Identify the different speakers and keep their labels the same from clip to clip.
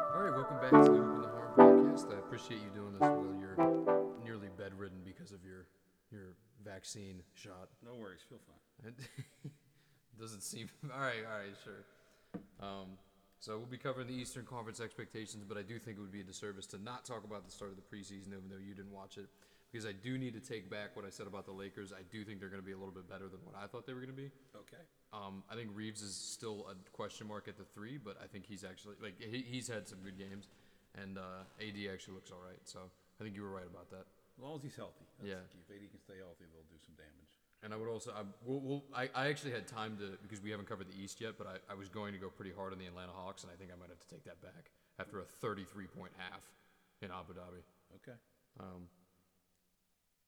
Speaker 1: back to the Hoop and the Horn podcast. I appreciate you doing this while you're nearly bedridden because of your your vaccine shot.
Speaker 2: No worries, feel fine.
Speaker 1: It doesn't seem all right. All right, sure. Um, so we'll be covering the Eastern Conference expectations, but I do think it would be a disservice to not talk about the start of the preseason, even though you didn't watch it, because I do need to take back what I said about the Lakers. I do think they're going to be a little bit better than what I thought they were going to be.
Speaker 2: Okay.
Speaker 1: Um, I think Reeves is still a question mark at the three, but I think he's actually like he, he's had some good games, and uh, AD actually looks all right. So I think you were right about that.
Speaker 2: As long as he's healthy. That's
Speaker 1: Yeah.
Speaker 2: the key. If AD can stay healthy, they'll do some damage.
Speaker 1: And I would also, I, we'll, we'll, I, I actually had time to, because we haven't covered the East yet, but I, I was going to go pretty hard on the Atlanta Hawks, and I think I might have to take that back after a 33 point half in Abu Dhabi.
Speaker 2: Okay.
Speaker 1: Um,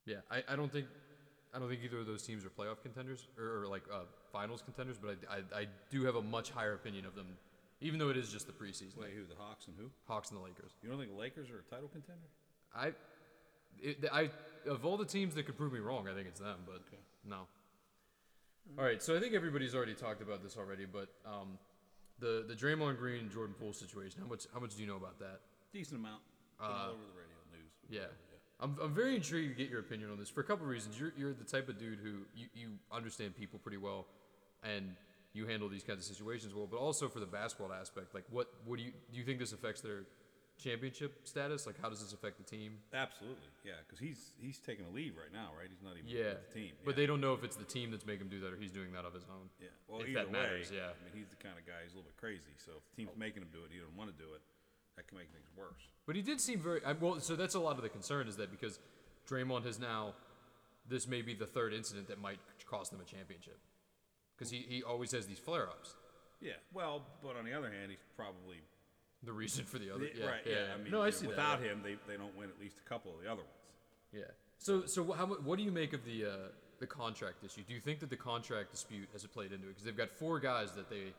Speaker 1: yeah, I, I don't think. I don't think either of those teams are playoff contenders or, or like uh, finals contenders, but I, I, I do have a much higher opinion of them, even though it is just the preseason.
Speaker 2: Wait, who? The Hawks and who?
Speaker 1: Hawks and the Lakers.
Speaker 2: You don't think the Lakers are a title contender?
Speaker 1: I, it, I of all the teams that could prove me wrong, I think it's them. But no. All right, so I think everybody's already talked about this already, but um, the the Draymond Green and Jordan Poole situation. How much how much do you know about that?
Speaker 2: Decent amount.
Speaker 1: Uh,
Speaker 2: Been all over the radio news.
Speaker 1: Yeah. I'm, I'm very intrigued to get your opinion on this for a couple of reasons. You're, you're the type of dude who you, you understand people pretty well and you handle these kinds of situations well, but also for the basketball aspect, like what, what do you, do you think this affects their championship status? Like how does this affect the team?
Speaker 2: Absolutely. Yeah, because he's he's taking a leave right now, right? He's not even
Speaker 1: Yeah.
Speaker 2: with the team.
Speaker 1: But
Speaker 2: yeah.
Speaker 1: they don't know if it's the team that's making him do that or he's doing that of his own.
Speaker 2: Yeah. Well,
Speaker 1: if that
Speaker 2: either
Speaker 1: matters,
Speaker 2: way,
Speaker 1: yeah.
Speaker 2: I mean, he's the kind of guy who's a little bit crazy. So if the team's making him do it, he doesn't want to do it. That can make things worse.
Speaker 1: But he did seem very I, well. So that's a lot of the concern is that because Draymond has now, this may be the third incident that might cost them a championship, because he, he always has these flare ups.
Speaker 2: Yeah. Well, but on the other hand, he's probably
Speaker 1: The reason for the other,
Speaker 2: Yeah,
Speaker 1: yeah,
Speaker 2: right. Yeah. I mean,
Speaker 1: no,
Speaker 2: you
Speaker 1: I
Speaker 2: know,
Speaker 1: see
Speaker 2: without
Speaker 1: that.
Speaker 2: him, they, they don't win at least a couple of the other ones.
Speaker 1: Yeah. So so wh- how mu- what do you make of the uh, the contract issue? Do you think that the contract dispute has played into it? Because they've got four guys that they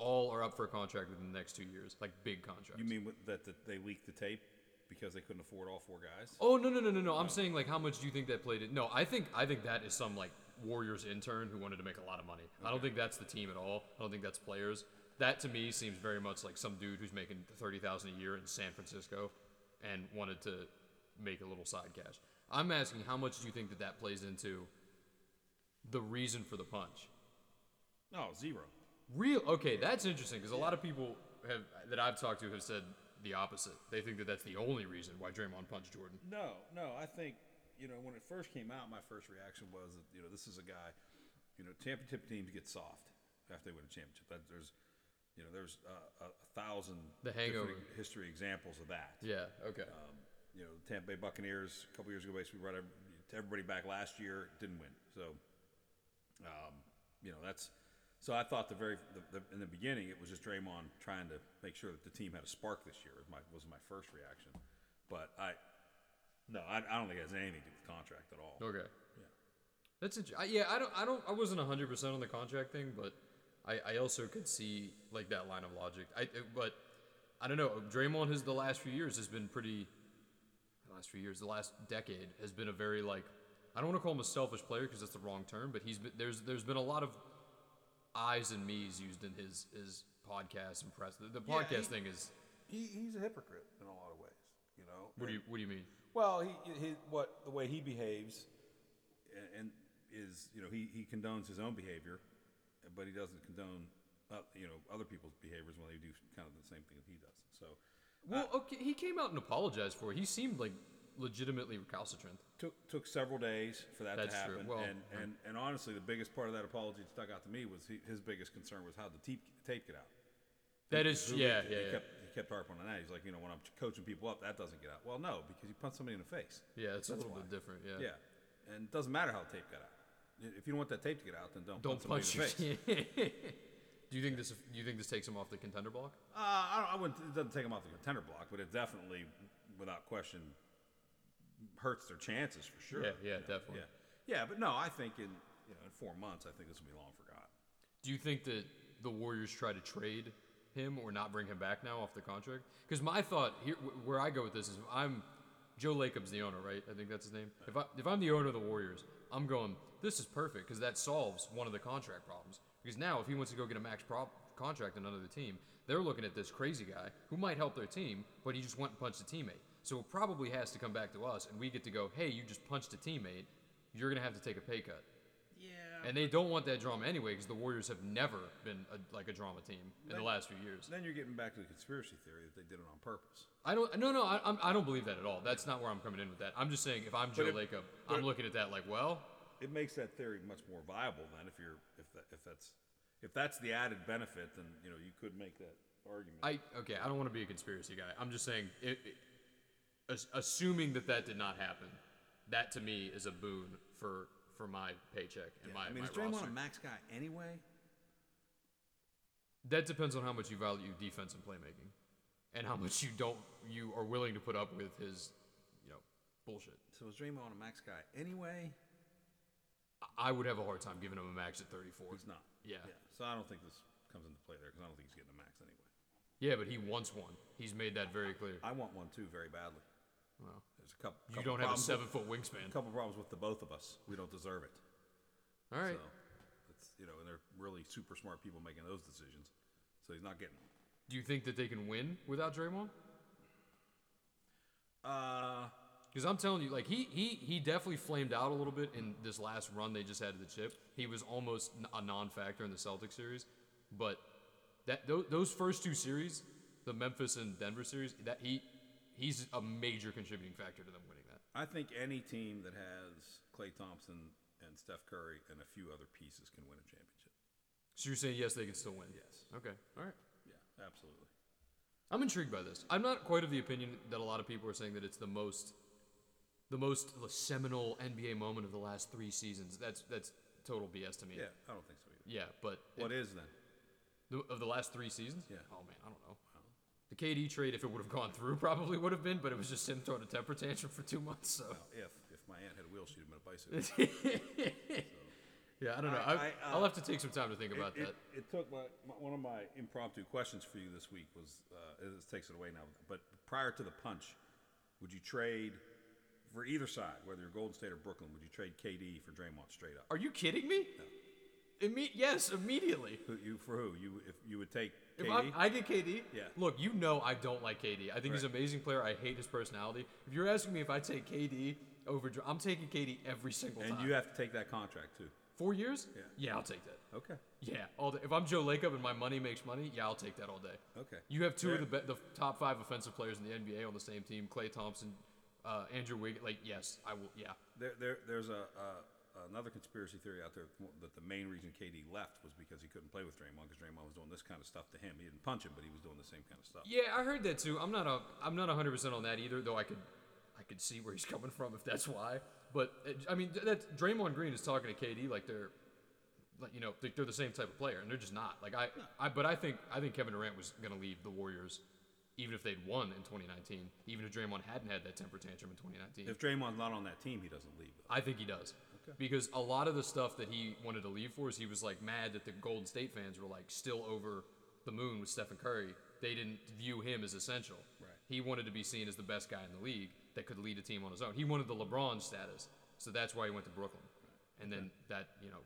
Speaker 1: all are up for a contract within the next two years, like big contracts.
Speaker 2: You mean with- that, that they leaked the tape because they couldn't afford all four guys?
Speaker 1: Oh no no no no no! I'm saying like how much do you think that played it? No, I think I think that is some like Warriors intern who wanted to make a lot of money. I don't think that's the team at all. I don't think that's players. That to me seems very much like some dude who's making thirty thousand a year in San Francisco, and wanted to make a little side cash. I'm asking how much do you think that that plays into the reason for the punch?
Speaker 2: No, zero.
Speaker 1: Real okay, that's interesting because a lot of people have that I've talked to have said the opposite. They think that that's the only reason why Draymond punched Jordan.
Speaker 2: No, no. I think you know when it first came out, my first reaction was that you know this is a guy. You know, championship teams get soft after they win a championship. That there's, you know, there's uh, a, a thousand
Speaker 1: The
Speaker 2: different
Speaker 1: hangover.
Speaker 2: history examples of that.
Speaker 1: Yeah. Okay.
Speaker 2: Um, you know, the Tampa Bay Buccaneers a couple years ago basically brought ev- everybody back last year, didn't win. So, um, you know, that's so I thought the very the, the, in the beginning it was just Draymond trying to make sure that the team had a spark this year. Was my was my first reaction, but I no, I, I don't think it has anything to do with contract at all.
Speaker 1: Okay. Yeah. That's int- I, yeah. I don't. I don't. I wasn't hundred percent on the contract thing, but I, I also could see like that line of logic. I it- but I don't know. Draymond has the last few years has been pretty. The last few years, the last decade has been a very like. I don't want to call him a selfish player because that's the wrong term, but he's been, there's there's been a lot of I's and me's used in his his podcast and press. The, the
Speaker 2: Yeah,
Speaker 1: podcast
Speaker 2: he-
Speaker 1: thing is.
Speaker 2: He, he's a hypocrite in a lot of ways. You know,
Speaker 1: What do you What do you mean?
Speaker 2: Well, he, he what the way he behaves, a- and is you know he, he condones his own behavior, but he doesn't condone uh, you know other people's behaviors when they do kind of the same thing that he does. So
Speaker 1: Well, okay. He came out and apologized for it. He seemed like legitimately recalcitrant.
Speaker 2: took took several days for that
Speaker 1: That's
Speaker 2: to
Speaker 1: true.
Speaker 2: happen.
Speaker 1: Well,
Speaker 2: and, and and honestly, the biggest part of that apology that stuck out to me was he, his biggest concern was how the tape tape get out.
Speaker 1: That is,
Speaker 2: Who
Speaker 1: yeah,
Speaker 2: leaked
Speaker 1: yeah,
Speaker 2: it?
Speaker 1: yeah.
Speaker 2: He kept he kept harping on that. He's like, you know, when I'm coaching people up, that doesn't get out. Well, no, because you punch somebody in the face.
Speaker 1: Yeah, it's a little bit different. Yeah.
Speaker 2: Yeah, and it doesn't matter how the tape got out. I- If you don't want that tape to get out, then don't,
Speaker 1: Don't
Speaker 2: punch
Speaker 1: punch your
Speaker 2: somebody in the face.
Speaker 1: Do you think this? Do you think this takes him off the contender block?
Speaker 2: Uh, I, don't, I wouldn't. It doesn't take them off the contender block, but it definitely, without question, hurts their chances for sure.
Speaker 1: Yeah, yeah, definitely.
Speaker 2: yeah, yeah. But no, I think in you know in four months, I think this will be long forgotten.
Speaker 1: Do you think that the Warriors try to trade him or not bring him back now off the contract? Because my thought here, wh- where I go with this is, if I'm Joe Lacob's the owner, right? I think that's his name. If I if I'm the owner of the Warriors, I'm going. This is perfect because that solves one of the contract problems. Because now, if he wants to go get a max prop contract in another team, they're looking at this crazy guy who might help their team, but he just went and punched a teammate. So it probably has to come back to us, and we get to go, hey, you just punched a teammate. You're going to have to take a pay cut.
Speaker 2: Yeah.
Speaker 1: And they don't want that drama anyway because the Warriors have never been a, like a drama team in the
Speaker 2: Right.
Speaker 1: last few years.
Speaker 2: Then you're getting back to the conspiracy theory that they did it on purpose.
Speaker 1: I don't. No, no. I, I'm- I don't believe that at all. That's not where I'm coming in with that. I'm just saying if I'm Joe
Speaker 2: it-
Speaker 1: Lacob,
Speaker 2: but
Speaker 1: I'm
Speaker 2: it-
Speaker 1: looking at that like, well,
Speaker 2: It makes that theory much more viable then if you're if that, if that's if that's the added benefit then you know you could make that argument.
Speaker 1: I okay. I don't want to be a conspiracy guy. I'm just saying, it, it, as, assuming that that did not happen, that to me is a boon for for my paycheck and my,
Speaker 2: I
Speaker 1: my
Speaker 2: mean, is Draymond
Speaker 1: roster.
Speaker 2: a max guy anyway?
Speaker 1: that depends on how much you value defense and playmaking, and how much you don't you are willing to put up with his, you know, bullshit.
Speaker 2: So is Draymond a max guy anyway?
Speaker 1: I- I would have a hard time giving him a max at 34.
Speaker 2: He's not.
Speaker 1: Yeah.
Speaker 2: So I don't think this comes into play there because I don't think he's getting a max anyway.
Speaker 1: Yeah, but he wants one. He's made that very clear.
Speaker 2: I want one too very badly.
Speaker 1: Well,
Speaker 2: There's a couple.
Speaker 1: you
Speaker 2: couple
Speaker 1: don't have a
Speaker 2: problems with-
Speaker 1: seven foot wingspan.
Speaker 2: couple problems with the both of us. We don't deserve it.
Speaker 1: All right.
Speaker 2: So it's you know, and they're really super smart people making those decisions. So he's not getting them.
Speaker 1: Do you think that they can win without Draymond?
Speaker 2: Uh,
Speaker 1: Because I'm telling you, like he he he definitely flamed out a little bit in this last run they just had to the chip. He was almost n- a non-factor in the Celtics series, but that tho- those first two series, the Memphis and Denver series, that he he's a major contributing factor to them winning that.
Speaker 2: I think any team that has Clay Thompson and Steph Curry and a few other pieces can win a championship.
Speaker 1: So you're saying yes, they can still win?
Speaker 2: Yes.
Speaker 1: Okay. All right.
Speaker 2: Yeah, absolutely.
Speaker 1: I'm intrigued by this. I'm not quite of the opinion that a lot of people are saying that it's the most, the most seminal NBA moment of the last three seasons. That's that's total BS to me.
Speaker 2: Yeah, I don't think so either.
Speaker 1: Yeah, but
Speaker 2: What is then?
Speaker 1: The, of the last three seasons?
Speaker 2: Yeah.
Speaker 1: Oh man, I don't know. The KD trade, if it would have gone through, probably would have been, but it was just him throwing a temper tantrum for two months. So
Speaker 2: Well, if if my aunt had a wheel, she'd have been a bicycle.
Speaker 1: yeah, I don't know. I,
Speaker 2: I- I, uh,
Speaker 1: will have to take some time to think about
Speaker 2: it,
Speaker 1: that.
Speaker 2: It, it took my, my one of my impromptu questions for you this week was uh, it- this takes it away now, but prior to the punch, would you trade for either side, whether you're Golden State or Brooklyn? Would you trade KD for Draymond straight up?
Speaker 1: Are you kidding me? Imme- yes, immediately.
Speaker 2: Who, you for who? You if you would take
Speaker 1: If I'm-
Speaker 2: KD?
Speaker 1: I get KD,
Speaker 2: Yeah.
Speaker 1: look, you know I don't like KD. I think he's an amazing player. I hate his personality. If you're asking me if I take KD over, Dr- I'm taking KD every single
Speaker 2: and
Speaker 1: time.
Speaker 2: you have to take that contract too.
Speaker 1: Four years?
Speaker 2: Yeah.
Speaker 1: Yeah, I'll take that.
Speaker 2: Okay.
Speaker 1: Yeah, all day. If I'm Joe Lacob and my money makes money, yeah, I'll take that all day.
Speaker 2: Okay.
Speaker 1: You have two of the
Speaker 2: Yeah.
Speaker 1: be- the top five offensive players in the NBA on the same team: Clay Thompson, uh, Andrew Wiggins. Like, yes, I will. Yeah,
Speaker 2: There, there there's a. Uh, Another conspiracy theory out there that the main reason KD left was because he couldn't play with Draymond because Draymond was doing this kind of stuff to him. He didn't punch him, but he was doing the same kind of stuff.
Speaker 1: yeah, I heard that too. I'm not a I'm not 100 percent on that either, though. I could I could see where he's coming from if that's why. But uh, I mean, th- that Draymond Green is talking to KD like they're like you know they- they're the same type of player, and they're just not. Like I, I but I think I think Kevin Durant was going to leave the Warriors. Even if they'd won in 2019, even if Draymond hadn't had that temper tantrum in 2019,
Speaker 2: If Draymond's not on that team, he doesn't leave. Though.
Speaker 1: I think he does. Because a lot of the stuff that he wanted to leave for is he was like mad that the Golden State fans were like still over the moon with Stephen Curry. They didn't view him as essential.
Speaker 2: Right.
Speaker 1: He wanted to be seen as the best guy in the league that could lead a team on his own. He wanted the LeBron status. So that's why he went to Brooklyn. And then that, you know,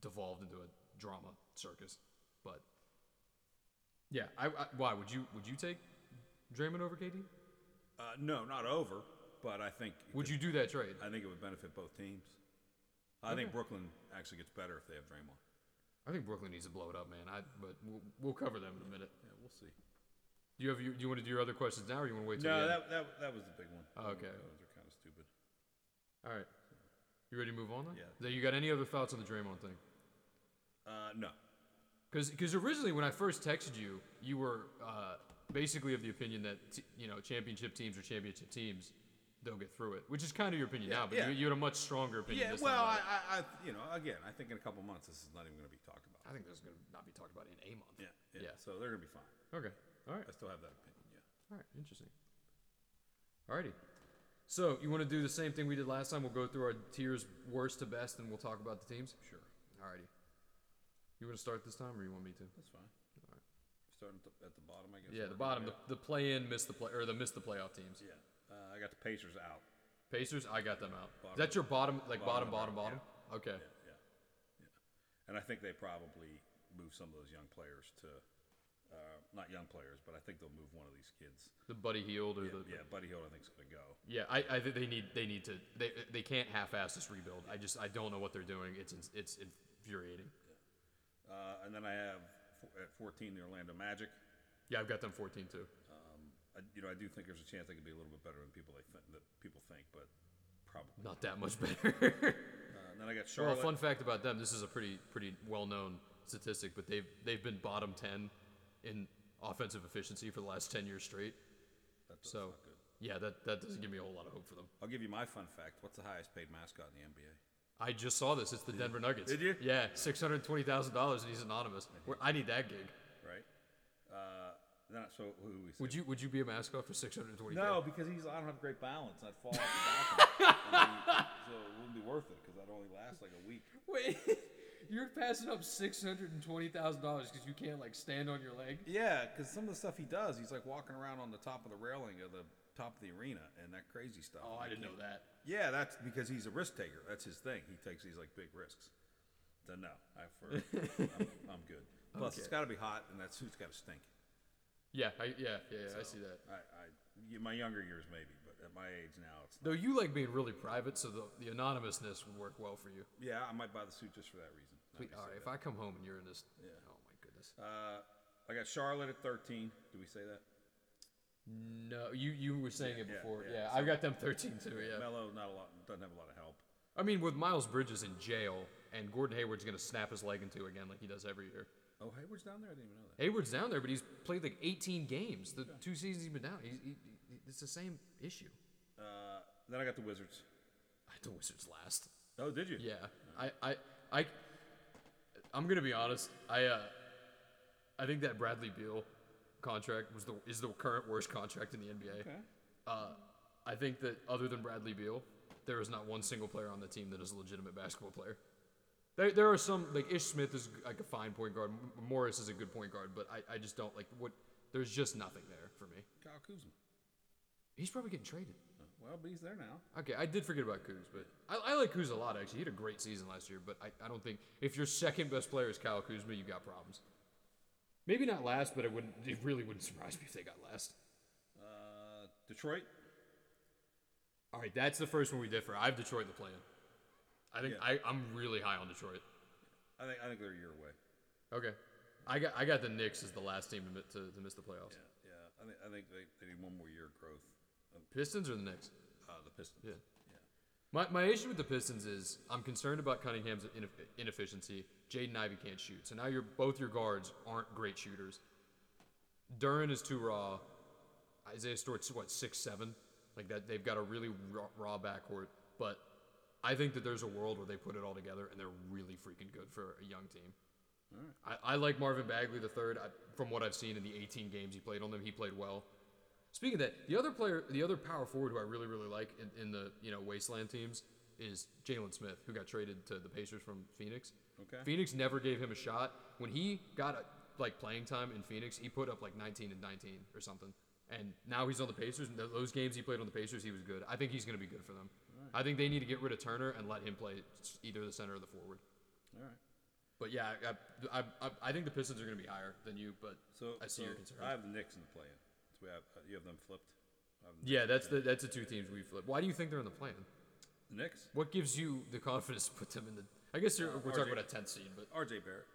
Speaker 1: devolved into a drama circus. But yeah, I, I why would you would you take Draymond over KD?
Speaker 2: Uh, no, not over, but I think
Speaker 1: Would you do that trade?
Speaker 2: I think it would benefit both teams. I think Brooklyn actually gets better if they have Draymond.
Speaker 1: I think Brooklyn needs to blow it up, man. I but we'll, we'll cover them in a minute.
Speaker 2: Yeah, we'll see.
Speaker 1: Do you have your, do you want to do your other questions now, or you want to wait till
Speaker 2: No,
Speaker 1: the end?
Speaker 2: that, that that was the big one.
Speaker 1: Oh, okay.
Speaker 2: those are kind of stupid.
Speaker 1: All right. You ready to move on? Then?
Speaker 2: Yeah.
Speaker 1: Then You got any other thoughts on the Draymond thing?
Speaker 2: Uh, no,
Speaker 1: Because originally when I first texted you, you were uh, basically of the opinion that t- you know championship teams are championship teams, they'll get through it, which is kind of your opinion now. But
Speaker 2: yeah.
Speaker 1: you, you had a much stronger opinion.
Speaker 2: yeah.
Speaker 1: this
Speaker 2: Well, I,
Speaker 1: time
Speaker 2: I, I, you know, again, I think in a couple months this is not even going to be talked about.
Speaker 1: I, I think this is going to not be talked about in a month.
Speaker 2: Yeah, yeah.
Speaker 1: Yeah.
Speaker 2: So they're going to be fine.
Speaker 1: Okay. All right.
Speaker 2: I still have that opinion. Yeah.
Speaker 1: All right, interesting. Alrighty. So you want to do the same thing we did last time? We'll go through our tiers, worst to best, and we'll talk about the teams.
Speaker 2: Sure.
Speaker 1: Alrighty. You want to start this time, or you want me to?
Speaker 2: That's fine. Starting at the, at the bottom, I guess.
Speaker 1: Yeah, the
Speaker 2: We're
Speaker 1: bottom,
Speaker 2: gonna
Speaker 1: the, the play-in, miss the play, or the miss the playoff teams.
Speaker 2: go- Yeah. Uh, I got the Pacers out.
Speaker 1: Pacers, I got them out. Is
Speaker 2: Bottom
Speaker 1: that your bottom, like bottom,
Speaker 2: bottom
Speaker 1: bottom, bottom?
Speaker 2: of the
Speaker 1: Okay.
Speaker 2: Yeah, yeah. And I think they probably move some of those young players to, uh, not young players, but I think they'll move one of these kids.
Speaker 1: The Buddy Heald or the
Speaker 2: Yeah, Buddy Hill, I think is going to go.
Speaker 1: Yeah, I, I think they need they need to they they can't half-ass this rebuild. I just I don't know what they're doing. It's in- it's infuriating.
Speaker 2: Uh, and then I have fo- at 14 the Orlando Magic.
Speaker 1: Yeah, I've got them 14 too.
Speaker 2: I, you know, I do think there's a chance they could be a little bit better than people they think that people think, but probably.
Speaker 1: Not that much better.
Speaker 2: Uh, and then I got
Speaker 1: well, a
Speaker 2: Charlotte.
Speaker 1: fun fact about them: this is a pretty pretty well-known statistic, but they've they've been bottom 10 in offensive efficiency for the last 10 years straight.
Speaker 2: That does-
Speaker 1: So yeah, that that doesn't give me a whole lot of hope for them.
Speaker 2: I'll give you my fun fact. What's the highest paid mascot in the NBA?
Speaker 1: I just saw this. It's the Denver Nuggets.
Speaker 2: Did you?
Speaker 1: Yeah, six hundred twenty thousand dollars, and he's anonymous. Where- I need that gig.
Speaker 2: Right? Uh, then I, so who do we say?
Speaker 1: Would you would you be a mascot for six hundred twenty?
Speaker 2: No, because he's. I don't have great balance. I'd fall off the balcony. so it wouldn't be worth it because I'd only last like a week.
Speaker 3: Wait, you're passing up six hundred and twenty thousand dollars because you can't like stand on your leg.
Speaker 2: Yeah, because some of the stuff he does, he's like walking around on the top of the railing of the top of the arena and that crazy stuff.
Speaker 1: Oh, I didn't know that.
Speaker 2: Yeah, that's because he's a risk taker. That's his thing. He takes these like big risks. Then no, I for, I'm, I'm good. Plus, it's
Speaker 1: Okay.
Speaker 2: got to be hot, and that suit's got to stink.
Speaker 1: Yeah, I, yeah, yeah, yeah I see that.
Speaker 2: I, I, y- my younger years maybe, but at my age now, it's not.
Speaker 1: Though you like being really private, so the, the anonymousness would work well for you.
Speaker 2: Yeah, I might buy the suit just for that reason.
Speaker 1: Wait, all right, if I come home and you're in this, oh my goodness.
Speaker 2: Uh, I got Charlotte at 13. Do we say that?
Speaker 1: No, you you were saying it
Speaker 2: yeah,
Speaker 1: before.
Speaker 2: yeah,
Speaker 1: Yeah, I've got them 13 too. Yeah,
Speaker 2: Melo, not a lot. Doesn't have a lot of help.
Speaker 1: I mean with Miles Bridges in jail and Gordon Hayward's gonna snap his leg in two again like he does every year.
Speaker 2: Oh, Hayward's down there. I didn't even know that.
Speaker 1: Hayward's down there, but he's played like 18 games. The two seasons he's been down, he's, he, he, it's the same issue.
Speaker 2: Uh, then I got the Wizards.
Speaker 1: I had the Wizards last.
Speaker 2: Oh, did you?
Speaker 1: Yeah, I, I, I, I'm gonna be honest. I, uh, I think that Bradley Beal contract was the is the current worst contract in the NBA. Uh, I think that other than Bradley Beal, there is not one single player on the team that is a legitimate basketball player. There, there are some like Ish Smith is like a fine point guard. M- Morris is a good point guard, but I, I just don't like what. There's just nothing there for me.
Speaker 2: Kyle Kuzma.
Speaker 1: He's probably getting traded.
Speaker 2: Well, but he's there now.
Speaker 1: Okay, I did forget about Kuz, but I, I like Kuz a lot actually. He had a great season last year, but I, I don't think if your second best player is Kyle Kuzma, you've got problems. Maybe not last, but it wouldn't it really wouldn't surprise me if they got last.
Speaker 2: Uh, Detroit.
Speaker 1: All right, that's the first one we differ. I have Detroit the plan. I think
Speaker 2: Yeah.
Speaker 1: I, I'm really high on Detroit.
Speaker 2: I think I think they're a year away.
Speaker 1: Okay. I got I got the Knicks as the last team to, mi- to, to miss the playoffs.
Speaker 2: Yeah, yeah. I think I think they, they need one more year of growth. of,
Speaker 1: Pistons or the Knicks?
Speaker 2: Uh, the Pistons.
Speaker 1: Yeah.
Speaker 2: yeah.
Speaker 1: My, my issue with the Pistons is I'm concerned about Cunningham's ineff inefficiency. Jaden Ivey can't shoot, so now your both your guards aren't great shooters. Duran is too raw. Isaiah Stewart's what six seven, like that. They've got a really raw, raw backcourt, but I think that there's a world where they put it all together and they're really freaking good for a young team. I, I like Marvin Bagley the third. I, from what I've seen in the 18 games he played on them, he played well. Speaking of that, the other player, the other power forward who I really really like in, in the you know wasteland teams is Jalen Smith, who got traded to the Pacers from Phoenix.
Speaker 2: Okay.
Speaker 1: Phoenix never gave him a shot. When he got like playing time in Phoenix, he put up like 19 and 19 or something. And now he's on the Pacers. And th- those games he played on the Pacers, he was good. I think he's going to be good for them. I think they need to get rid of Turner and let him play s- either the center or the forward.
Speaker 2: All right.
Speaker 1: But yeah, I, I, I, I think the Pistons are going to be higher than you. But
Speaker 2: So
Speaker 1: I see
Speaker 2: so
Speaker 1: your concern.
Speaker 2: I have the Knicks in the play-in. So we have uh, you have them flipped. I have
Speaker 1: yeah, that's the that's the two teams we flip. Why do you think they're in the plan?
Speaker 2: the Knicks.
Speaker 1: What gives you the confidence to put them in the? I guess you're, we're
Speaker 2: RJ.
Speaker 1: talking about a tenth seed, but
Speaker 2: R.J. Barrett.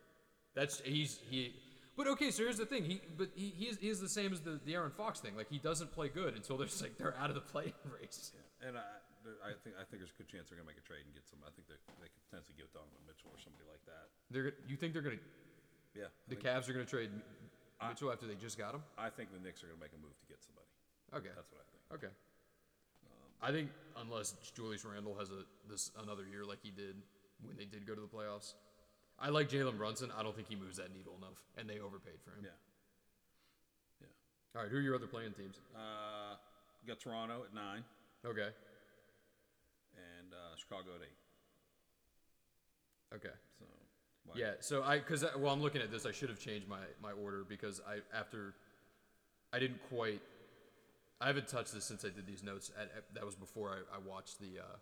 Speaker 1: that's he's he. But okay, so here's the thing. He but he, he, is, he is the same as the, the Aaron Fox thing. Like he doesn't play good until there's like they're out of the play race.
Speaker 2: Yeah. And I there- I think I think there's a good chance they're gonna make a trade and get some. I think they they could potentially give Donovan Mitchell or somebody like that.
Speaker 1: They're you think they're gonna
Speaker 2: Yeah. I
Speaker 1: the
Speaker 2: think,
Speaker 1: Cavs are gonna trade Mitchell after they just got him?
Speaker 2: I think the Knicks are gonna make a move to get somebody.
Speaker 1: Okay,
Speaker 2: That's what I think.
Speaker 1: okay. Um, I think unless Julius Randle has a this another year like he did when they did go to the playoffs, I like Jalen Brunson. I don't think he moves that needle enough, and they overpaid for him.
Speaker 2: Yeah. Yeah.
Speaker 1: All right, who are your other playing teams?
Speaker 2: Uh, you got Toronto at nine
Speaker 1: Okay,
Speaker 2: and uh, Chicago at eight.
Speaker 1: okay.
Speaker 2: So. why-
Speaker 1: Yeah, so I because well, I'm looking at this. I should have changed my my order because I after I didn't quite. I haven't touched this since I did these notes. At, at- that was before I, I watched the, uh,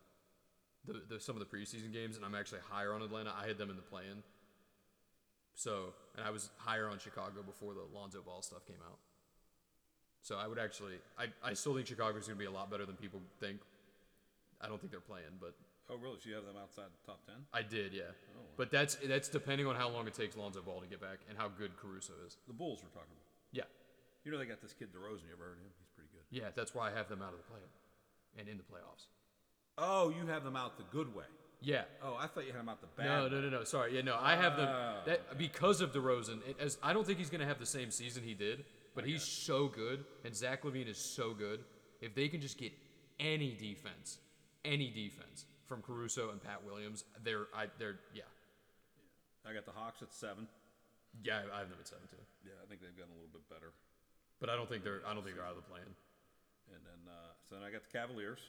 Speaker 1: the the some of the preseason games, and I'm actually higher on Atlanta. I had them in the play-in, So, and I was higher on Chicago before the Lonzo Ball stuff came out. So I would actually, I, I still think Chicago's going to be a lot better than people think. I don't think they're playing, but
Speaker 2: Oh, really? So you have them outside the top ten?
Speaker 1: I did, yeah. But that's that's depending on how long it takes Lonzo Ball to get back and how good Caruso is.
Speaker 2: The Bulls we're talking about.
Speaker 1: Yeah,
Speaker 2: You know they got this kid DeRozan. You ever heard of him? He's pretty good.
Speaker 1: yeah. That's why I have them out of the playoff and in the playoffs.
Speaker 2: Oh, you have them out the good way.
Speaker 1: Yeah.
Speaker 2: Oh, I thought you had them out the bad.
Speaker 1: No,
Speaker 2: way.
Speaker 1: no, no, no. Sorry. Yeah, no. I have them
Speaker 2: Ah,
Speaker 1: that because of DeRozan. It, as I don't think he's going to have the same season he did, but he's so good, and Zach Levine is so good. If they can just get any defense, any defense from Caruso and Pat Williams, they're I they're yeah
Speaker 2: I got the Hawks at seven.
Speaker 1: yeah I, I have them at seven too.
Speaker 2: Yeah, I think they've gotten a little bit better.
Speaker 1: But I don't think they're I don't think they're out of the plan.
Speaker 2: And then uh, so then I got the Cavaliers.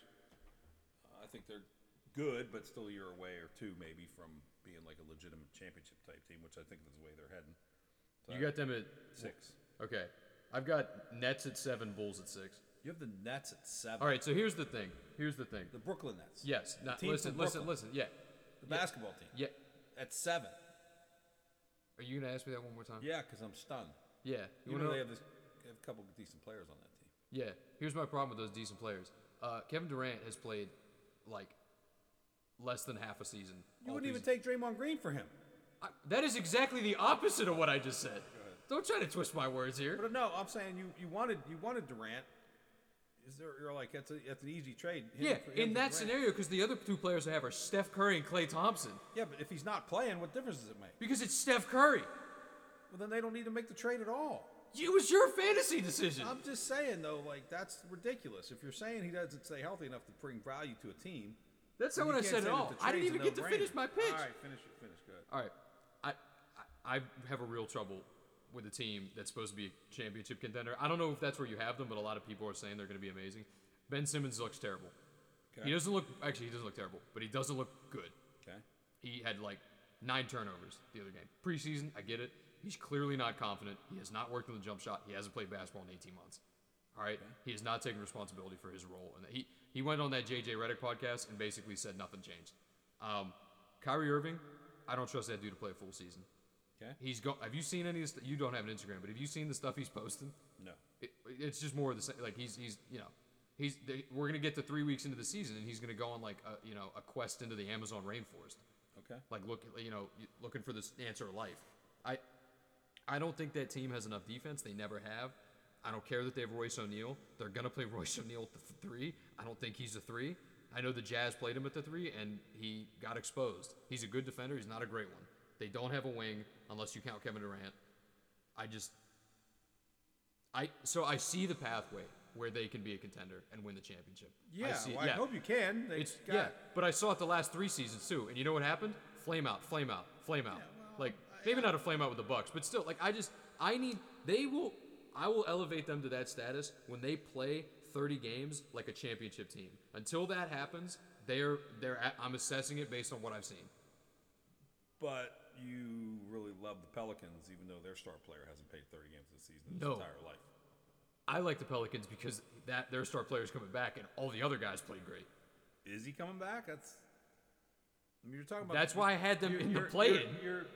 Speaker 2: Uh, I think they're good, but still a year away or two maybe from being like a legitimate championship type team, which I think is the way they're heading.
Speaker 1: You got them at
Speaker 2: Six.
Speaker 1: okay. I've got Nets at seven, Bulls at six.
Speaker 2: You have the Nets at seven.
Speaker 1: All right. So here's the thing. Here's the thing.
Speaker 2: The Brooklyn Nets.
Speaker 1: Yes.
Speaker 2: The
Speaker 1: Not,
Speaker 2: team
Speaker 1: listen.
Speaker 2: from
Speaker 1: Listen.
Speaker 2: Brooklyn,
Speaker 1: Listen. Yeah.
Speaker 2: The basketball team.
Speaker 1: Yeah.
Speaker 2: At seven.
Speaker 1: Are you gonna ask me that one more time?
Speaker 2: Yeah, because I'm stunned.
Speaker 1: Yeah.
Speaker 2: You,
Speaker 1: wanna
Speaker 2: know,
Speaker 1: know-
Speaker 2: they have, this, they have a couple of decent players on that team.
Speaker 1: Yeah, here's my problem with those decent players. Uh, Kevin Durant has played like less than half a season.
Speaker 2: You
Speaker 1: all
Speaker 2: wouldn't even
Speaker 1: season.
Speaker 2: take Draymond Green for him.
Speaker 1: I, that is exactly the opposite of what I just said. Don't try to twist my words here.
Speaker 2: But no, I'm saying you, you wanted you wanted Durant. Is there you're like that's, a, that's an easy trade. him
Speaker 1: Yeah,
Speaker 2: for- him
Speaker 1: in that
Speaker 2: for Durant.
Speaker 1: scenario, because the other two players I have are Steph Curry and Klay Thompson,
Speaker 2: Yeah, but if he's not playing, what difference does it make?
Speaker 1: because it's Steph Curry.
Speaker 2: Well, then they don't need to make the trade at all.
Speaker 1: It was your fantasy decision.
Speaker 2: I'm just saying though, like that's ridiculous. If you're saying he doesn't stay healthy enough to bring value to a team,
Speaker 1: That's not
Speaker 2: you
Speaker 1: what I
Speaker 2: can't
Speaker 1: said
Speaker 2: say
Speaker 1: at
Speaker 2: that
Speaker 1: all.
Speaker 2: the
Speaker 1: I didn't
Speaker 2: trade's a
Speaker 1: even get to finish
Speaker 2: no-brainer.
Speaker 1: my pitch.
Speaker 2: All right, finish it. Finish. Go ahead.
Speaker 1: All right, I, I I have a real trouble with a team that's supposed to be a championship contender. I don't know if that's where you have them, but a lot of people are saying they're going to be amazing. Ben Simmons looks terrible.
Speaker 2: Okay.
Speaker 1: He doesn't look actually he doesn't look terrible, but he doesn't look good.
Speaker 2: Okay.
Speaker 1: He had like nine turnovers the other game. Preseason, I get it. He's clearly not confident. He has not worked on the jump shot. He hasn't played basketball in 18 months. All right, he has not taken responsibility for his role, and he he went on that JJ Redick podcast and basically said nothing changed. Um, Kyrie Irving, I don't trust that dude to play a full season.
Speaker 2: Okay.
Speaker 1: He's go. Have you seen any of the? St- you don't have an Instagram, but have you seen the stuff he's posting?
Speaker 2: No.
Speaker 1: It, it's just more of the same. Like he's he's you know he's they, we're gonna get to three weeks into the season and he's gonna go on like a, you know a quest into the Amazon rainforest,
Speaker 2: Okay.
Speaker 1: like look you know looking for this answer of life. I I don't think that team has enough defense. They never have. I don't care that they have Royce O'Neal. They're gonna play Royce O'Neal at the f- three. I don't think he's a three. I know the Jazz played him at the three and he got exposed. He's a good defender. He's not a great one. They don't have a wing unless you count Kevin Durant. I just I so I see the pathway where they can be a contender and win the championship.
Speaker 2: Yeah.
Speaker 1: I,
Speaker 2: I,
Speaker 1: see it,
Speaker 2: well, I hope you can. They
Speaker 1: it's
Speaker 2: got,
Speaker 1: yeah, but I saw it the last three seasons too, and you know what happened? Flame out, flame out, flame out. like maybe not a flame out with the Bucks, but still, like I just I need they will I will elevate them to that status when they play 30 games like a championship team. Until that happens, they're they're at, I'm assessing it based on what I've seen.
Speaker 2: But you really love the Pelicans, even though their star player hasn't played 30 games this season in his
Speaker 1: No.
Speaker 2: entire life.
Speaker 1: I like the Pelicans because that their star players coming back and all the other guys played great.
Speaker 2: Is he coming back? That's. I mean, you're talking about.
Speaker 1: That's why I had them
Speaker 2: you're-
Speaker 1: in the
Speaker 2: you're-
Speaker 1: play-in.
Speaker 2: You're, you're,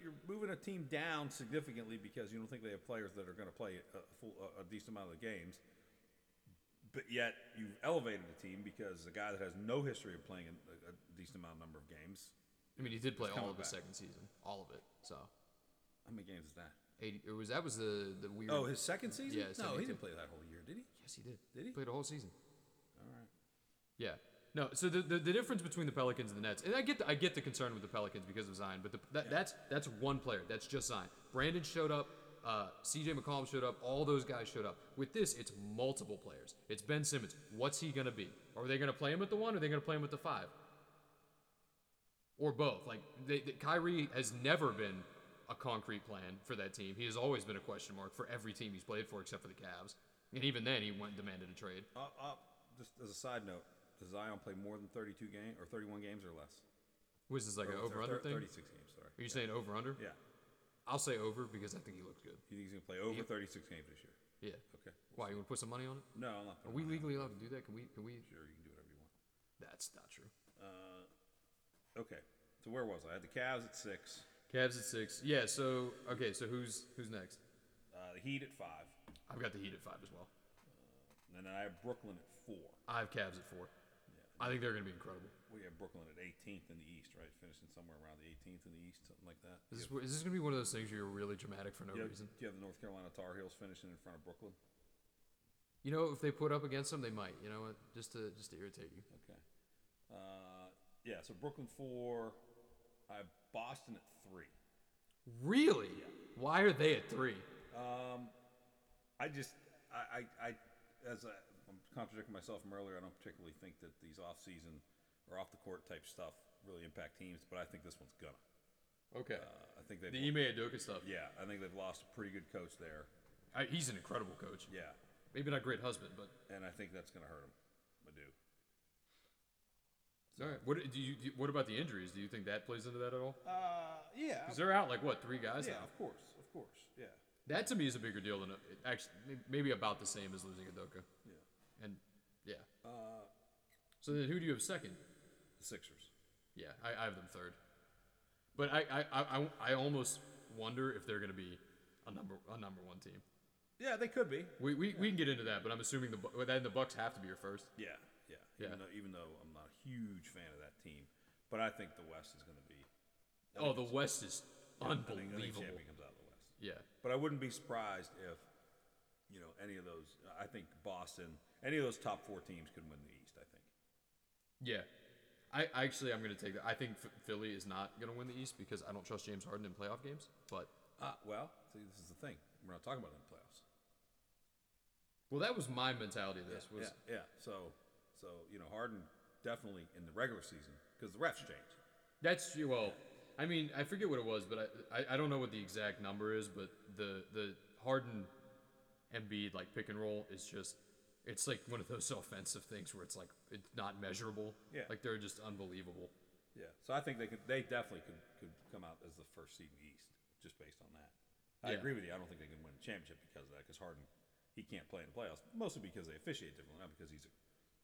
Speaker 2: you're moving a team down significantly because you don't think they have players that are going to play a, full, a, a decent amount of the games. But yet you've elevated the team because a guy that has no history of playing a, a decent amount number of games.
Speaker 1: I mean, he did play all
Speaker 2: coming
Speaker 1: of the
Speaker 2: back.
Speaker 1: second season, all of it. So
Speaker 2: How many games is that?
Speaker 1: 80 or was that was the the weird
Speaker 2: Oh, his second season?
Speaker 1: Yeah, his
Speaker 2: no,
Speaker 1: second
Speaker 2: he didn't play that whole year, did he?
Speaker 1: Yes, he did.
Speaker 2: Did he?
Speaker 1: Played a whole season.
Speaker 2: All right.
Speaker 1: Yeah. No, so the, the, the difference between the Pelicans and the Nets, and I get the, I get the concern with the Pelicans because of Zion, but the, that, that's that's one player. That's just Zion. Brandon showed up. Uh, C.J. McCollum showed up. All those guys showed up. With this, it's multiple players. It's Ben Simmons. What's he gonna be? Are they gonna play him at the one? Or are they gonna play him at the five? Or both? Like they, they, Kyrie has never been a concrete plan for that team. He has always been a question mark for every team he's played for, except for the Cavs. And even then, he went and demanded a trade.
Speaker 2: Uh, uh, just as a side note, does Zion play more than 32 games or 31 games or less?
Speaker 1: Was this like an
Speaker 2: Or was there
Speaker 1: over under
Speaker 2: thir-
Speaker 1: thing?
Speaker 2: 36 games, sorry.
Speaker 1: Are you saying over under?
Speaker 2: Yeah.
Speaker 1: I'll say over because I think he looks good.
Speaker 2: You think he's going to play over 36 games this year?
Speaker 1: Yeah.
Speaker 2: Okay.
Speaker 1: Why you want to put some money on it?
Speaker 2: No, I'm not
Speaker 1: Are
Speaker 2: putting
Speaker 1: we
Speaker 2: mine
Speaker 1: legally allowed to do that? Can we? Can we?
Speaker 2: on. Sure, you can do whatever you want.
Speaker 1: That's not true.
Speaker 2: Okay. So where was I? I had the Cavs at six.
Speaker 1: Cavs at six. Yeah. So okay. So who's who's next?
Speaker 2: Uh, the Heat at five,
Speaker 1: I've got the Heat at five as well.
Speaker 2: and then I have Brooklyn at four.
Speaker 1: I have Cavs at four. I think they're going to be incredible.
Speaker 2: We have Brooklyn at 18th in the East, right? Finishing somewhere around the 18th in the East, something like that.
Speaker 1: Is this, is this going to be one of those things where you're really dramatic for no
Speaker 2: Do you, have,
Speaker 1: reason?
Speaker 2: do you have the North Carolina Tar Heels finishing in front of Brooklyn?
Speaker 1: You know, if they put up against them, they might. You know what? Just to just to irritate you.
Speaker 2: Okay. Uh, yeah, so Brooklyn four. I have Boston at three.
Speaker 1: Really? Why are they at three?
Speaker 2: Um, I just, I, I, I as I, I'm contradicting myself from earlier, I don't particularly think that these off-season or off-the-court type stuff really impact teams, but I think this one's gonna.
Speaker 1: Okay.
Speaker 2: Uh, I think they've,
Speaker 1: the Ime Adoka stuff.
Speaker 2: yeah, I think they've lost a pretty good coach there.
Speaker 1: I, he's an incredible coach.
Speaker 2: Yeah,
Speaker 1: Maybe not a great husband, but
Speaker 2: and I think that's gonna hurt them. I do.
Speaker 1: all right. What do you? do you- What about the injuries? Do you think that plays into that at all?
Speaker 2: Uh, yeah,
Speaker 1: Because they're out like what three guys
Speaker 2: yeah,
Speaker 1: now.
Speaker 2: of course, of course, yeah,
Speaker 1: That to me is a bigger deal than it- actually may- maybe about the same as losing Adoka.
Speaker 2: yeah.
Speaker 1: And yeah.
Speaker 2: Uh,
Speaker 1: so then who do you have second?
Speaker 2: The Sixers.
Speaker 1: Yeah, I, I have them third. But I, I, I, I- I almost wonder if they're going to be a number a number one team.
Speaker 2: Yeah, they could be.
Speaker 1: We, we, we can get into that, but I'm assuming the Bu- well, then the Bucks have to be your first.
Speaker 2: Yeah, yeah.
Speaker 1: Yeah.
Speaker 2: Even, though, even though I'm not a huge fan of that team, but I think the West is going to be
Speaker 1: Oh, the West is
Speaker 2: I think, I think
Speaker 1: unbelievable.
Speaker 2: champion comes out of the West.
Speaker 1: Yeah,
Speaker 2: But I wouldn't be surprised if you know any of those. I think Boston, any of those top four teams could win the East. I think.
Speaker 1: yeah. I I actually I'm going to take that. I think Ph- Philly is not going to win the East because I don't trust James Harden in playoff games. But
Speaker 2: Ah, well, see, this is the thing. We're not talking about it in the playoffs.
Speaker 1: well, that was my mentality. Of this was
Speaker 2: yeah, yeah. So, so you know, Harden definitely in the regular season because the refs change.
Speaker 1: That's true. Well, I mean, I forget what it was, but I, I, I don't know what the exact number is, but the the Harden Embiid like pick and roll is just it's like one of those offensive things where it's like it's not measurable.
Speaker 2: Yeah.
Speaker 1: Like they're just unbelievable.
Speaker 2: Yeah. So I think they could. They definitely could could come out as the first seed in the East just based on that. I
Speaker 1: Yeah.
Speaker 2: agree with you. I don't think they can win the championship because of that. Because Harden, he can't play in the playoffs mostly because they officiate differently, not because he's a,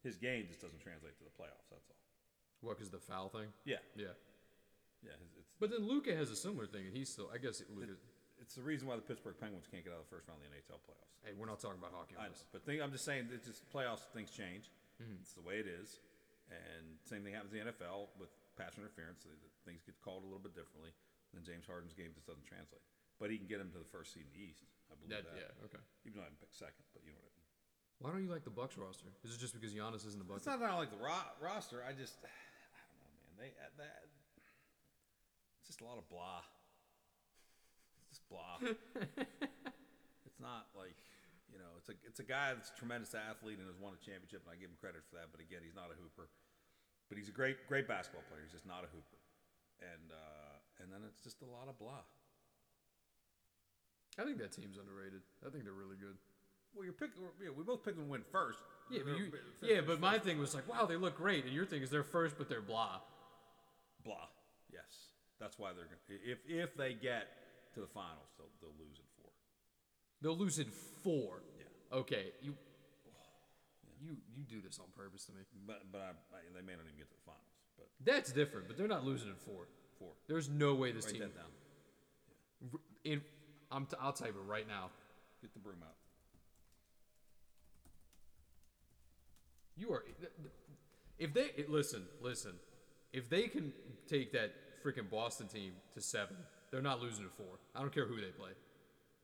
Speaker 2: his game just doesn't translate to the playoffs. That's all.
Speaker 1: What cuz the foul thing?
Speaker 2: Yeah.
Speaker 1: Yeah.
Speaker 2: Yeah. it's- It's
Speaker 1: But then Luca has a similar thing and he's still I guess Luca
Speaker 2: it's the reason why the Pittsburgh Penguins can't get out of the first round of the NHL playoffs.
Speaker 1: Hey, we're not talking about hockey on
Speaker 2: I know,
Speaker 1: this.
Speaker 2: but think, I'm just saying that just playoffs things change.
Speaker 1: Mm-hmm.
Speaker 2: It's the way it is, and same thing happens in the NFL with pass interference. th- th- Things get called a little bit differently. Then James Harden's game just doesn't translate. But he can get him to the first seed in the East. I believe
Speaker 1: That,
Speaker 2: that.
Speaker 1: yeah, okay.
Speaker 2: Even though I didn't pick second, but you know what I mean.
Speaker 1: Why don't you like the Bucks roster? Is it just because Giannis isn't a
Speaker 2: It's
Speaker 1: Bucks?
Speaker 2: not that I don't like the ro- roster. I just, I don't know, man. They uh, that it's just a lot of blah. It's just blah. it's not like you know, it's a it's a guy that's a tremendous athlete and has won a championship, and I give him credit for that. But again, he's not a hooper. But he's a great great basketball player. He's just not a hooper. And uh, and then it's just a lot of blah.
Speaker 1: I think that team's underrated. I think they're really good.
Speaker 2: Well, you're picking. You know, we both picked them to win first.
Speaker 1: Yeah, but,
Speaker 2: They're-
Speaker 1: you,
Speaker 2: they're-
Speaker 1: yeah, but my thing was like, wow, they look great, and your thing is they're first, but they're blah.
Speaker 2: blah. Yes, that's why they're gonna, if if they get to the finals, they'll, they'll lose in four.
Speaker 1: They'll lose in four.
Speaker 2: Yeah.
Speaker 1: Okay, you, you, you do this on purpose to me.
Speaker 2: But but I, I, they may not even get to the finals. But
Speaker 1: That's different, but they're not losing in four.
Speaker 2: four.
Speaker 1: There's no way this
Speaker 2: Write
Speaker 1: team.
Speaker 2: that down.
Speaker 1: r- In, I'm t- I'll type it right now.
Speaker 2: Get the broom out.
Speaker 1: You are. If they it- listen, listen, if they can take that freaking Boston team to seven, they're not losing in four. I don't care who they play.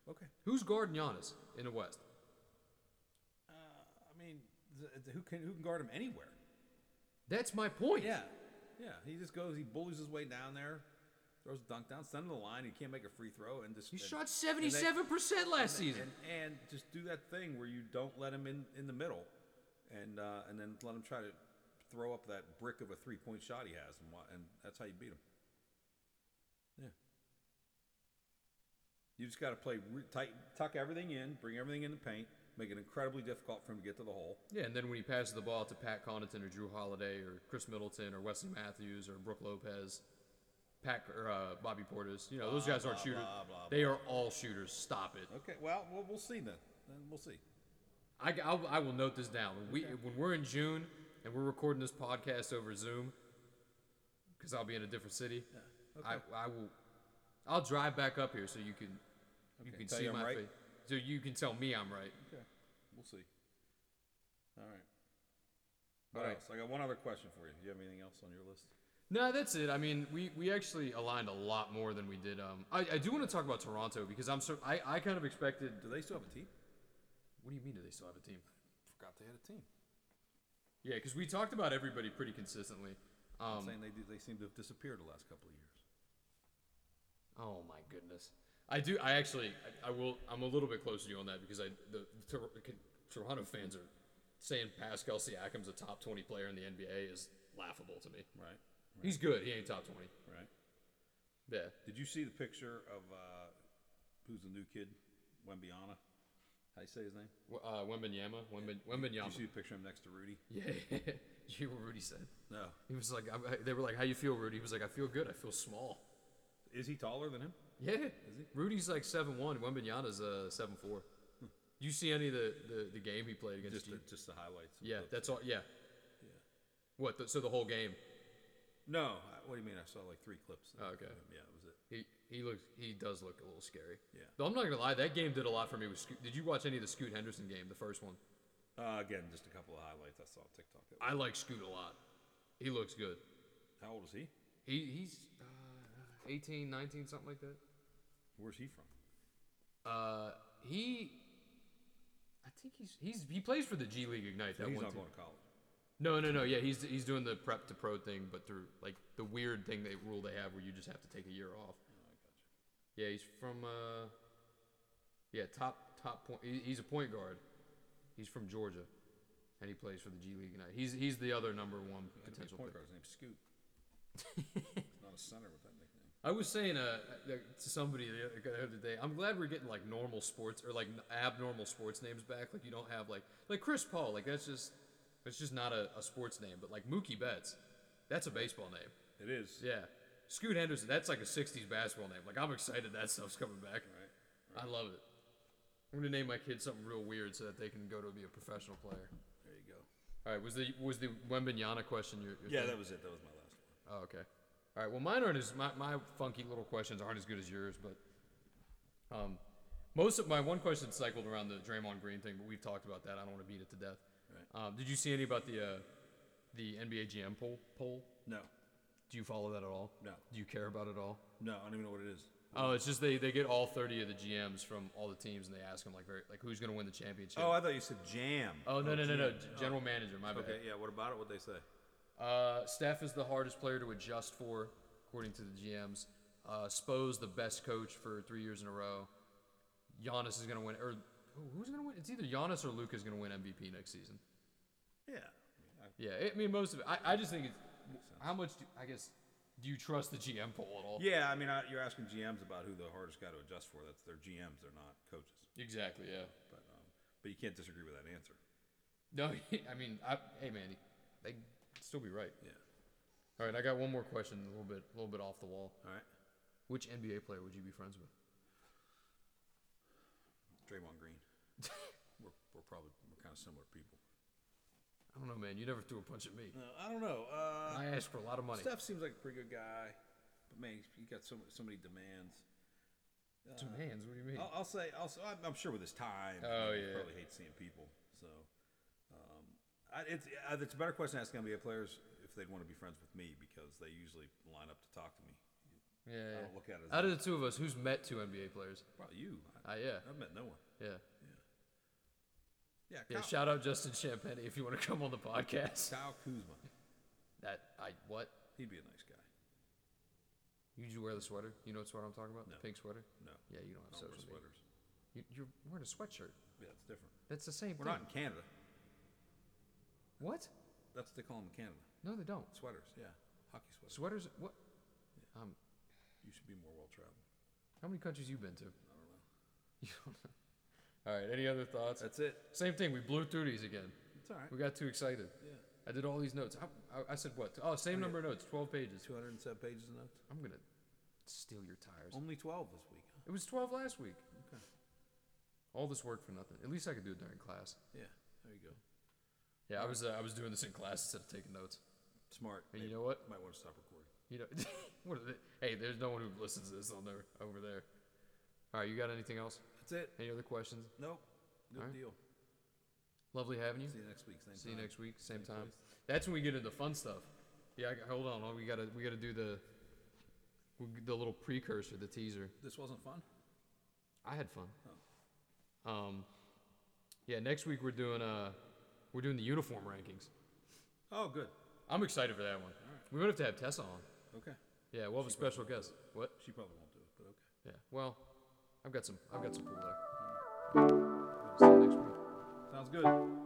Speaker 2: Okay.
Speaker 1: Who's guarding Giannis in the West?
Speaker 2: Uh, I mean, th- th- who can who can guard him anywhere?
Speaker 1: That's my point.
Speaker 2: Yeah, yeah. He just goes. He bullies his way down there, throws a dunk down, send him to the line. He can't make a free throw, and just
Speaker 1: He
Speaker 2: and-
Speaker 1: shot
Speaker 2: and they-
Speaker 1: seventy-seven percent last season.
Speaker 2: and, and just do that thing where you don't let him in in the middle, and uh, and then let him try to throw up that brick of a three point shot he has, and, wa- and that's how you beat him. Yeah. You just got to play re- tight, tuck everything in, bring everything in the paint, make it incredibly difficult for him to get to the hole.
Speaker 1: Yeah, and then when he passes the ball to Pat Connaughton or Drew Holiday or Chris Middleton or Wesley Matthews or Brooke Lopez, Pat or uh, Bobby Portis, you know those guys aren't shooters.
Speaker 2: blah, blah,
Speaker 1: they are all shooters. Stop it.
Speaker 2: Okay, well, we'll, we'll see then. Then we'll see.
Speaker 1: I, I'll- I will note this down. When, we, when we're in June and we're recording this podcast over Zoom, because I'll be in a different city, I, I will I'll drive back up here so you can you
Speaker 2: Okay,
Speaker 1: can
Speaker 2: tell
Speaker 1: see
Speaker 2: you I'm
Speaker 1: my
Speaker 2: right.
Speaker 1: face. So you can tell me I'm right.
Speaker 2: Okay, we'll see. All right.
Speaker 1: All
Speaker 2: What
Speaker 1: right.
Speaker 2: else? I got one other question for you. Do you have anything else on your list?
Speaker 1: No, that's it. I mean, we, we actually aligned a lot more than we did. Um, I, I do want to talk about Toronto because I'm so I, I kind of expected.
Speaker 2: Do they still have a team?
Speaker 1: What do you mean? Do they still have a team?
Speaker 2: Forgot they had a team.
Speaker 1: Yeah, because we talked about everybody pretty consistently.
Speaker 2: I'm
Speaker 1: Um,
Speaker 2: saying they do, they seem to have disappeared the last couple of years.
Speaker 1: Oh my goodness. I do. I actually. I, I will. I'm a little bit closer to you on that because I the, Tor- Toronto fans are saying Pascal Siakam's a top 20 player in the NBA is laughable to me.
Speaker 2: Right.
Speaker 1: He's good. He ain't top 20.
Speaker 2: Right.
Speaker 1: Yeah.
Speaker 2: Did you see the picture of uh, who's the new kid? Wembiana. How do you say his name?
Speaker 1: W- Uh, Wembenyama. Wemben- Wembenyama.
Speaker 2: Did you see the picture of him next to Rudy?
Speaker 1: Yeah. you hear what Rudy said?
Speaker 2: No.
Speaker 1: He was like, I, I- they were like, how you feel, Rudy? He was like, I feel good. I feel small.
Speaker 2: Is he taller than him?
Speaker 1: Yeah. Rudy's like seven one. Wembenyama's uh seven four. You see any of the, the, the game he played against?
Speaker 2: Just the,
Speaker 1: you?
Speaker 2: just the highlights. of
Speaker 1: yeah.
Speaker 2: the-
Speaker 1: That's all. Yeah. What? The, so the whole game.
Speaker 2: no. I- What do you mean? I saw like three clips.
Speaker 1: Oh, okay.
Speaker 2: Yeah, that was it.
Speaker 1: He he looks he does look a little scary.
Speaker 2: Yeah.
Speaker 1: Though I'm not gonna lie, that game did a lot for me. With Scoot. Did you watch any of the Scoot Henderson game, the first one?
Speaker 2: Uh, again, just a couple of highlights. I saw on TikTok. That
Speaker 1: I like Scoot a lot. He looks good.
Speaker 2: How old is he?
Speaker 1: He he's uh, 18, 19, something like that.
Speaker 2: Where's he from?
Speaker 1: Uh, he. I think he's he's he plays for the G League Ignite. That
Speaker 2: He's
Speaker 1: one
Speaker 2: not
Speaker 1: team.
Speaker 2: going to college.
Speaker 1: No, no, no. Yeah, he's he's doing the prep to pro thing, but through like the weird thing they rule they have where you just have to take a year off. Yeah, he's from uh, yeah top top point. he- He's a point guard. He's from Georgia, and he plays for the G League Ignite. He's he's the other number one
Speaker 2: Could be a
Speaker 1: potential
Speaker 2: point
Speaker 1: pick.
Speaker 2: guard. His name's Scoot. He's not a center with that nickname.
Speaker 1: I was saying uh, uh, to somebody the other- the other day, I'm glad we're getting like normal sports or like n- abnormal sports names back. Like you don't have like like Chris Paul. Like that's just that's just not a, a sports name. But like Mookie Betts, that's a baseball name.
Speaker 2: It is.
Speaker 1: Yeah. Scoot Henderson, that's like a 60s basketball name. Like, I'm excited that stuff's coming back.
Speaker 2: Right.
Speaker 1: I love it. I'm going to name my kids something real weird so that they can go to be a professional player.
Speaker 2: There you go.
Speaker 1: All right, was the was the Wembenyana question your, your
Speaker 2: Yeah,
Speaker 1: thing?
Speaker 2: that was it. That was my last one.
Speaker 1: Oh, okay. All right. Well, mine aren't as my, my funky little questions aren't as good as yours, but um, most of my one question cycled around the Draymond Green thing, but we've talked about that. I don't want to beat it to death.
Speaker 2: Right.
Speaker 1: Um, did you see any about the uh, the NBA GM poll poll?
Speaker 2: No,
Speaker 1: Do you follow that at all?
Speaker 2: No.
Speaker 1: Do you care about it at all?
Speaker 2: no, I don't even know what it is.
Speaker 1: Oh, it's just they, they get all 30 of the GMs from all the teams and they ask them like very, like who's going to win the championship.
Speaker 2: Oh, I thought you said jam.
Speaker 1: Oh, no no no no,
Speaker 2: jam.
Speaker 1: G- general manager, my bad.
Speaker 2: Okay, yeah. What about it? What they say?
Speaker 1: Uh, Steph is the hardest player to adjust for, according to the GMs. Uh, Spo's the best coach for three years in a row. Giannis is going to win, or who- who's going to win? It's either Giannis or Luca is going to win MVP next season.
Speaker 2: Yeah.
Speaker 1: Yeah, I mean most of it. I, I just think it's how much do, I guess do you trust the GM poll at all?
Speaker 2: Yeah, I mean, I, you're asking GMs about who the hardest guy to adjust for. That's their GMs. They're not coaches.
Speaker 1: Exactly. Yeah.
Speaker 2: But um, but you can't disagree with that answer.
Speaker 1: No, I mean, I, hey man, they still be right.
Speaker 2: Yeah.
Speaker 1: All right, I got one more question, a little bit, a little bit off the wall.
Speaker 2: All right.
Speaker 1: Which NBA player would you be friends with?
Speaker 2: Draymond Green. we're, we're probably we're kind of similar people.
Speaker 1: I don't know, man. You never threw a punch at me.
Speaker 2: No, I don't know. Uh,
Speaker 1: I asked for a lot of money.
Speaker 2: Steph seems like a pretty good guy, but man, he's- he got so so many demands.
Speaker 1: Two hands. What do you mean?
Speaker 2: I'll, I'll say, I'll, say- I'm, I'm sure with his time,
Speaker 1: Oh,
Speaker 2: he
Speaker 1: yeah.
Speaker 2: probably hates seeing people. So, um, I, it's uh, it's a better question to ask NBA players if they'd want to be friends with me because they usually line up to talk to me.
Speaker 1: yeah. yeah.
Speaker 2: I don't look at it as
Speaker 1: Out of the two of us, who's met two NBA players?
Speaker 2: Probably you. I,
Speaker 1: Uh, yeah,
Speaker 2: I've met no one.
Speaker 1: yeah, yeah.
Speaker 2: Yeah, Kyle,
Speaker 1: Shout out Justin Champagne if you want to come on the podcast.
Speaker 2: Kyle Kuzma.
Speaker 1: That I what?
Speaker 2: He'd be a nice guy.
Speaker 1: You did you wear the sweater? You know what sweater I'm talking about?
Speaker 2: No.
Speaker 1: The pink sweater.
Speaker 2: No,
Speaker 1: Yeah, you don't
Speaker 2: I
Speaker 1: have
Speaker 2: don't wear
Speaker 1: social media.
Speaker 2: sweaters.
Speaker 1: You, you're wearing a sweatshirt.
Speaker 2: Yeah, it's different.
Speaker 1: That's the same
Speaker 2: We're
Speaker 1: thing.
Speaker 2: not in Canada.
Speaker 1: What?
Speaker 2: That's what they call them in Canada.
Speaker 1: No, they don't.
Speaker 2: Sweaters. Yeah, hockey sweaters.
Speaker 1: Sweaters. What? Um,
Speaker 2: You should be more well traveled.
Speaker 1: How many countries you been to? You don't know. All right. Any other thoughts?
Speaker 2: That's it.
Speaker 1: Same thing. We blew through these again.
Speaker 2: It's all right.
Speaker 1: We got too excited.
Speaker 2: Yeah,
Speaker 1: I did all these notes. I, I, I said what? Oh, same number of notes. Twelve pages.
Speaker 2: 207 pages of notes.
Speaker 1: I'm gonna steal your tires.
Speaker 2: Only 12 this week.
Speaker 1: It was twelve last week.
Speaker 2: Oh. Okay.
Speaker 1: All this work for nothing. At least I could do it during class.
Speaker 2: Yeah, there you go.
Speaker 1: Yeah, I was uh, I was doing this in class instead of taking notes.
Speaker 2: Smart.
Speaker 1: And
Speaker 2: Maybe-
Speaker 1: you know what?
Speaker 2: Might want to stop recording.
Speaker 1: You know, what are they? hey, there's no one who listens to this on there over there. All right, you got anything else?
Speaker 2: That's it.
Speaker 1: Any other questions?
Speaker 2: Nope. No
Speaker 1: Alright.
Speaker 2: deal.
Speaker 1: Lovely having you.
Speaker 2: See you next week. Same
Speaker 1: See
Speaker 2: time.
Speaker 1: you next week, same time. That's when we get into fun stuff. Yeah, I, hold on. oh, We gotta we gotta do the we- the little precursor, the teaser.
Speaker 2: This wasn't fun.
Speaker 1: I had fun. Um, yeah, next week we're doing uh we're doing the uniform rankings.
Speaker 2: Oh, good.
Speaker 1: I'm excited for that one. We would have to have Tessa on.
Speaker 2: Okay.
Speaker 1: Yeah, we'll have a special guest. What?
Speaker 2: She probably won't do it, but okay.
Speaker 1: Yeah. Well, I've got some I've got some pool there. We'll see you next week.
Speaker 2: Sounds good.